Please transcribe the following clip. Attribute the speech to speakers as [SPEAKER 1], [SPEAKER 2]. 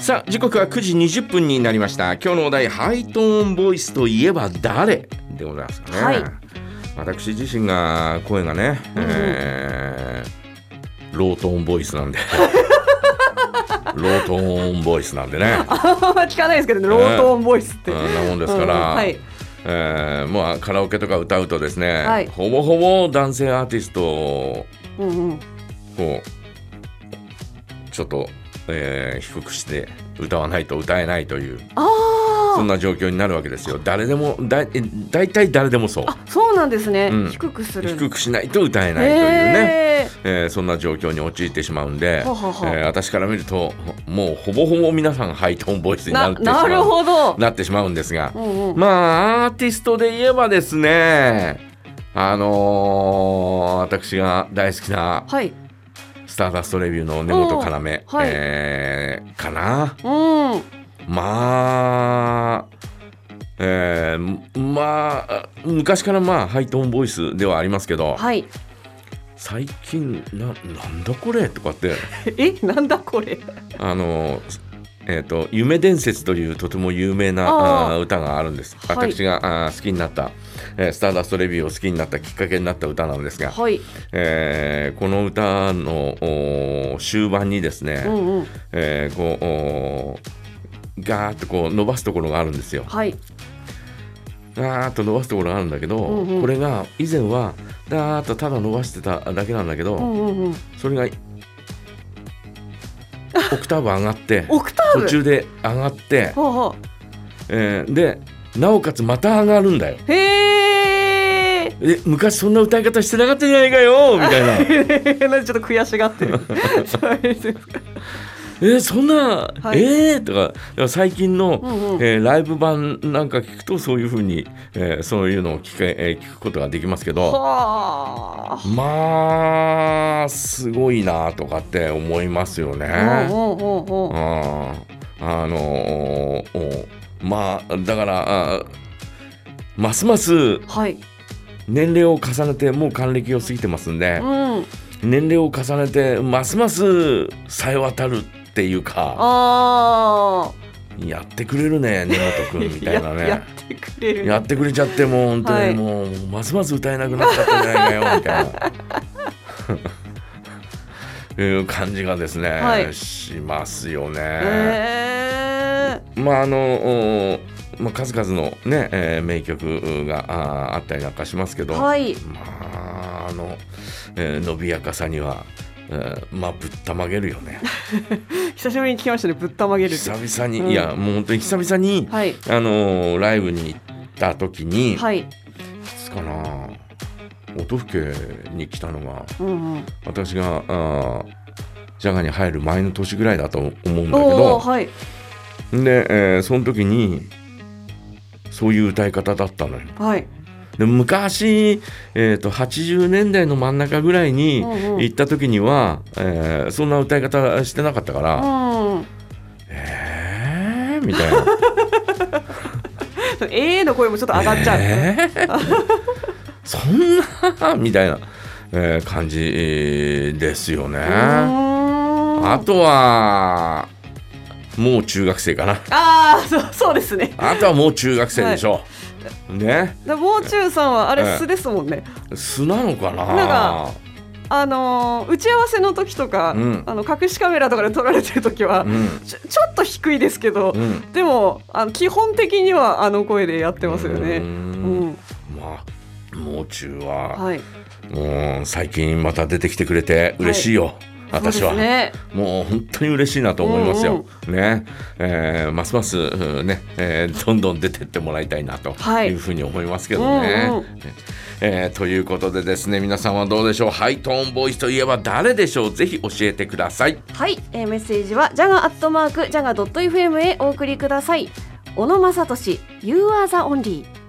[SPEAKER 1] さあ時刻は9時20分になりました今日のお題ハイトーンボイスといえば誰でございますかね、
[SPEAKER 2] はい
[SPEAKER 1] 私自身が声がね、えーロートーンボイス なんでロートーンボイスなんでね
[SPEAKER 2] 聞かないですけどね、ロートーンボイスって。
[SPEAKER 1] そんなもんですから、
[SPEAKER 2] うんはい
[SPEAKER 1] えーまあカラオケとか歌うとですね、
[SPEAKER 2] はい
[SPEAKER 1] ほぼほぼ男性アーティストを
[SPEAKER 2] うんうん。
[SPEAKER 1] こうちょっと、えー低くして歌わないと歌えないという
[SPEAKER 2] あ
[SPEAKER 1] そん
[SPEAKER 2] あ、
[SPEAKER 1] な状況になるわけですよ誰でもだいえ大体誰でもそう
[SPEAKER 2] そうなんですね。
[SPEAKER 1] うん
[SPEAKER 2] 低くする。
[SPEAKER 1] 低
[SPEAKER 2] く
[SPEAKER 1] くしないと歌えないというね、えーそんな状況に陥ってしまうので、
[SPEAKER 2] ははは
[SPEAKER 1] えー私から見るともうほぼほぼ皆さんハイトーンボイスにな
[SPEAKER 2] な
[SPEAKER 1] ってし
[SPEAKER 2] な
[SPEAKER 1] ま
[SPEAKER 2] る
[SPEAKER 1] う
[SPEAKER 2] ほど。
[SPEAKER 1] なってしまうんですが
[SPEAKER 2] う、んうん。
[SPEAKER 1] まあアーティストで言えばですねあのー私が大好きな
[SPEAKER 2] はい。
[SPEAKER 1] 「スターダストレビュー」の根本要、
[SPEAKER 2] おはい
[SPEAKER 1] えーかな
[SPEAKER 2] うん。
[SPEAKER 1] まあえーまあ昔からまあハイトーンボイスではありますけど
[SPEAKER 2] はい。
[SPEAKER 1] 最近ななんだこれとかって
[SPEAKER 2] え、なんだこれ。
[SPEAKER 1] あのえー、と「夢伝説」というとても有名な
[SPEAKER 2] あー
[SPEAKER 1] あー歌があるんです
[SPEAKER 2] はい
[SPEAKER 1] 私が、あー好きになった、えースターダストレビュー」を好きになったきっかけになった歌なんですが、
[SPEAKER 2] はい。
[SPEAKER 1] えーこの歌のおー終盤にですね、
[SPEAKER 2] うんうん。
[SPEAKER 1] えーこうおーガーッとこう伸ばすところがあるんですよ。
[SPEAKER 2] はい。
[SPEAKER 1] ガーッと伸ばすところがあるんだけど、
[SPEAKER 2] うんうん
[SPEAKER 1] これが以前はダーッとただ伸ばしてただけなんだけど、
[SPEAKER 2] うんうんうん。
[SPEAKER 1] それがオクターブ上がって
[SPEAKER 2] オクターブ。
[SPEAKER 1] 途中で上がって。
[SPEAKER 2] はあは
[SPEAKER 1] えーでなおかつまた上がるんだよ。
[SPEAKER 2] あ。へえ。
[SPEAKER 1] え昔そんな歌い方してなかったじゃないか よみたいなえ
[SPEAKER 2] なんでちょっと悔し がってる。そうですか
[SPEAKER 1] そんな、
[SPEAKER 2] はい
[SPEAKER 1] えーとかだから最近の、
[SPEAKER 2] うんうん
[SPEAKER 1] えーライブ版なんか聞くとそういうふうに、えーそういうのを聞け、えー聞くことができますけど
[SPEAKER 2] はあ。
[SPEAKER 1] まあすごいなとかって思いますよね。
[SPEAKER 2] うんうんうんうん。
[SPEAKER 1] ああのーおまあだからあーますます
[SPEAKER 2] はい。
[SPEAKER 1] 年齢を重ねてもう還暦を過ぎてますんで。
[SPEAKER 2] うん。
[SPEAKER 1] 年齢を重ねてますますさえ渡るっていうか
[SPEAKER 2] ああ。
[SPEAKER 1] やってくれるね根本君みたいな
[SPEAKER 2] やや
[SPEAKER 1] ね
[SPEAKER 2] ってくれる。
[SPEAKER 1] やってくれちゃってもう本当
[SPEAKER 2] は
[SPEAKER 1] に
[SPEAKER 2] い
[SPEAKER 1] もう、ますます歌えなくなっちゃったんじゃないかよみたい な。いう感じがですね、
[SPEAKER 2] はい
[SPEAKER 1] しますよね。
[SPEAKER 2] ええ
[SPEAKER 1] まああの、おまあ、数々のね、えー名曲があーあったりなんかしますけど、
[SPEAKER 2] はい。
[SPEAKER 1] まああの、えー伸びやかさには、えーまあぶったまげるよね。
[SPEAKER 2] 久しぶりに聞きましたね。ぶったまげるって。
[SPEAKER 1] 久々に、
[SPEAKER 2] うん
[SPEAKER 1] いやもう本当に久々に、
[SPEAKER 2] はい。
[SPEAKER 1] あのーライブに行った時に、
[SPEAKER 2] はい。
[SPEAKER 1] いつかな音更に来たのが
[SPEAKER 2] うんうん。
[SPEAKER 1] 私があージャガに入る前の年ぐらいだと思うんだけ
[SPEAKER 2] おお
[SPEAKER 1] ど
[SPEAKER 2] ー、はい。
[SPEAKER 1] で、えーその時にそういう歌い方だったのよ。
[SPEAKER 2] はい。
[SPEAKER 1] で昔、えー、と80年代の真ん中ぐらいに
[SPEAKER 2] うんうん
[SPEAKER 1] 行った時には、えーそんな歌い方してなかったから、
[SPEAKER 2] うん。
[SPEAKER 1] えーみたいな。
[SPEAKER 2] そのええの声もちょっと 上がっちゃう。
[SPEAKER 1] えーそんなみたいな、えー感じですよね。
[SPEAKER 2] うーん
[SPEAKER 1] あとはもう中学生かな。
[SPEAKER 2] ああ、そう、そうですね。
[SPEAKER 1] あとはもう中学生でしょ。ね、
[SPEAKER 2] だ、もう中さんはあ
[SPEAKER 1] ええ
[SPEAKER 2] れ素ですもんね。
[SPEAKER 1] 素なのかな。
[SPEAKER 2] なんかあのー打ち合わせの時とか、
[SPEAKER 1] うん
[SPEAKER 2] あの隠しカメラとかで撮られてる時は、
[SPEAKER 1] うん、
[SPEAKER 2] ちょ、ちょっと低いですけど。
[SPEAKER 1] うん、
[SPEAKER 2] でも、あの基本的にはあの声でやってますよね。
[SPEAKER 1] うーん
[SPEAKER 2] うん
[SPEAKER 1] まあもう中は、
[SPEAKER 2] はい。
[SPEAKER 1] うん最近また出てきてくれて嬉しいよ。私は。
[SPEAKER 2] そうですね。
[SPEAKER 1] もう本当に嬉しいなと思いますよ。ね、えーますますうんね、えーどんどん出てってもらいたいなと
[SPEAKER 2] はい
[SPEAKER 1] いうふうに思いますけどね。
[SPEAKER 2] うんうん
[SPEAKER 1] えーということでですね、皆さんはどうでしょう。ハイトーンボイスといえば誰でしょう。ぜひ教えてください。
[SPEAKER 2] はい、えー、メッセージはジャガアットマークジャガドット FM へお送りください。小野正俊、You are the only。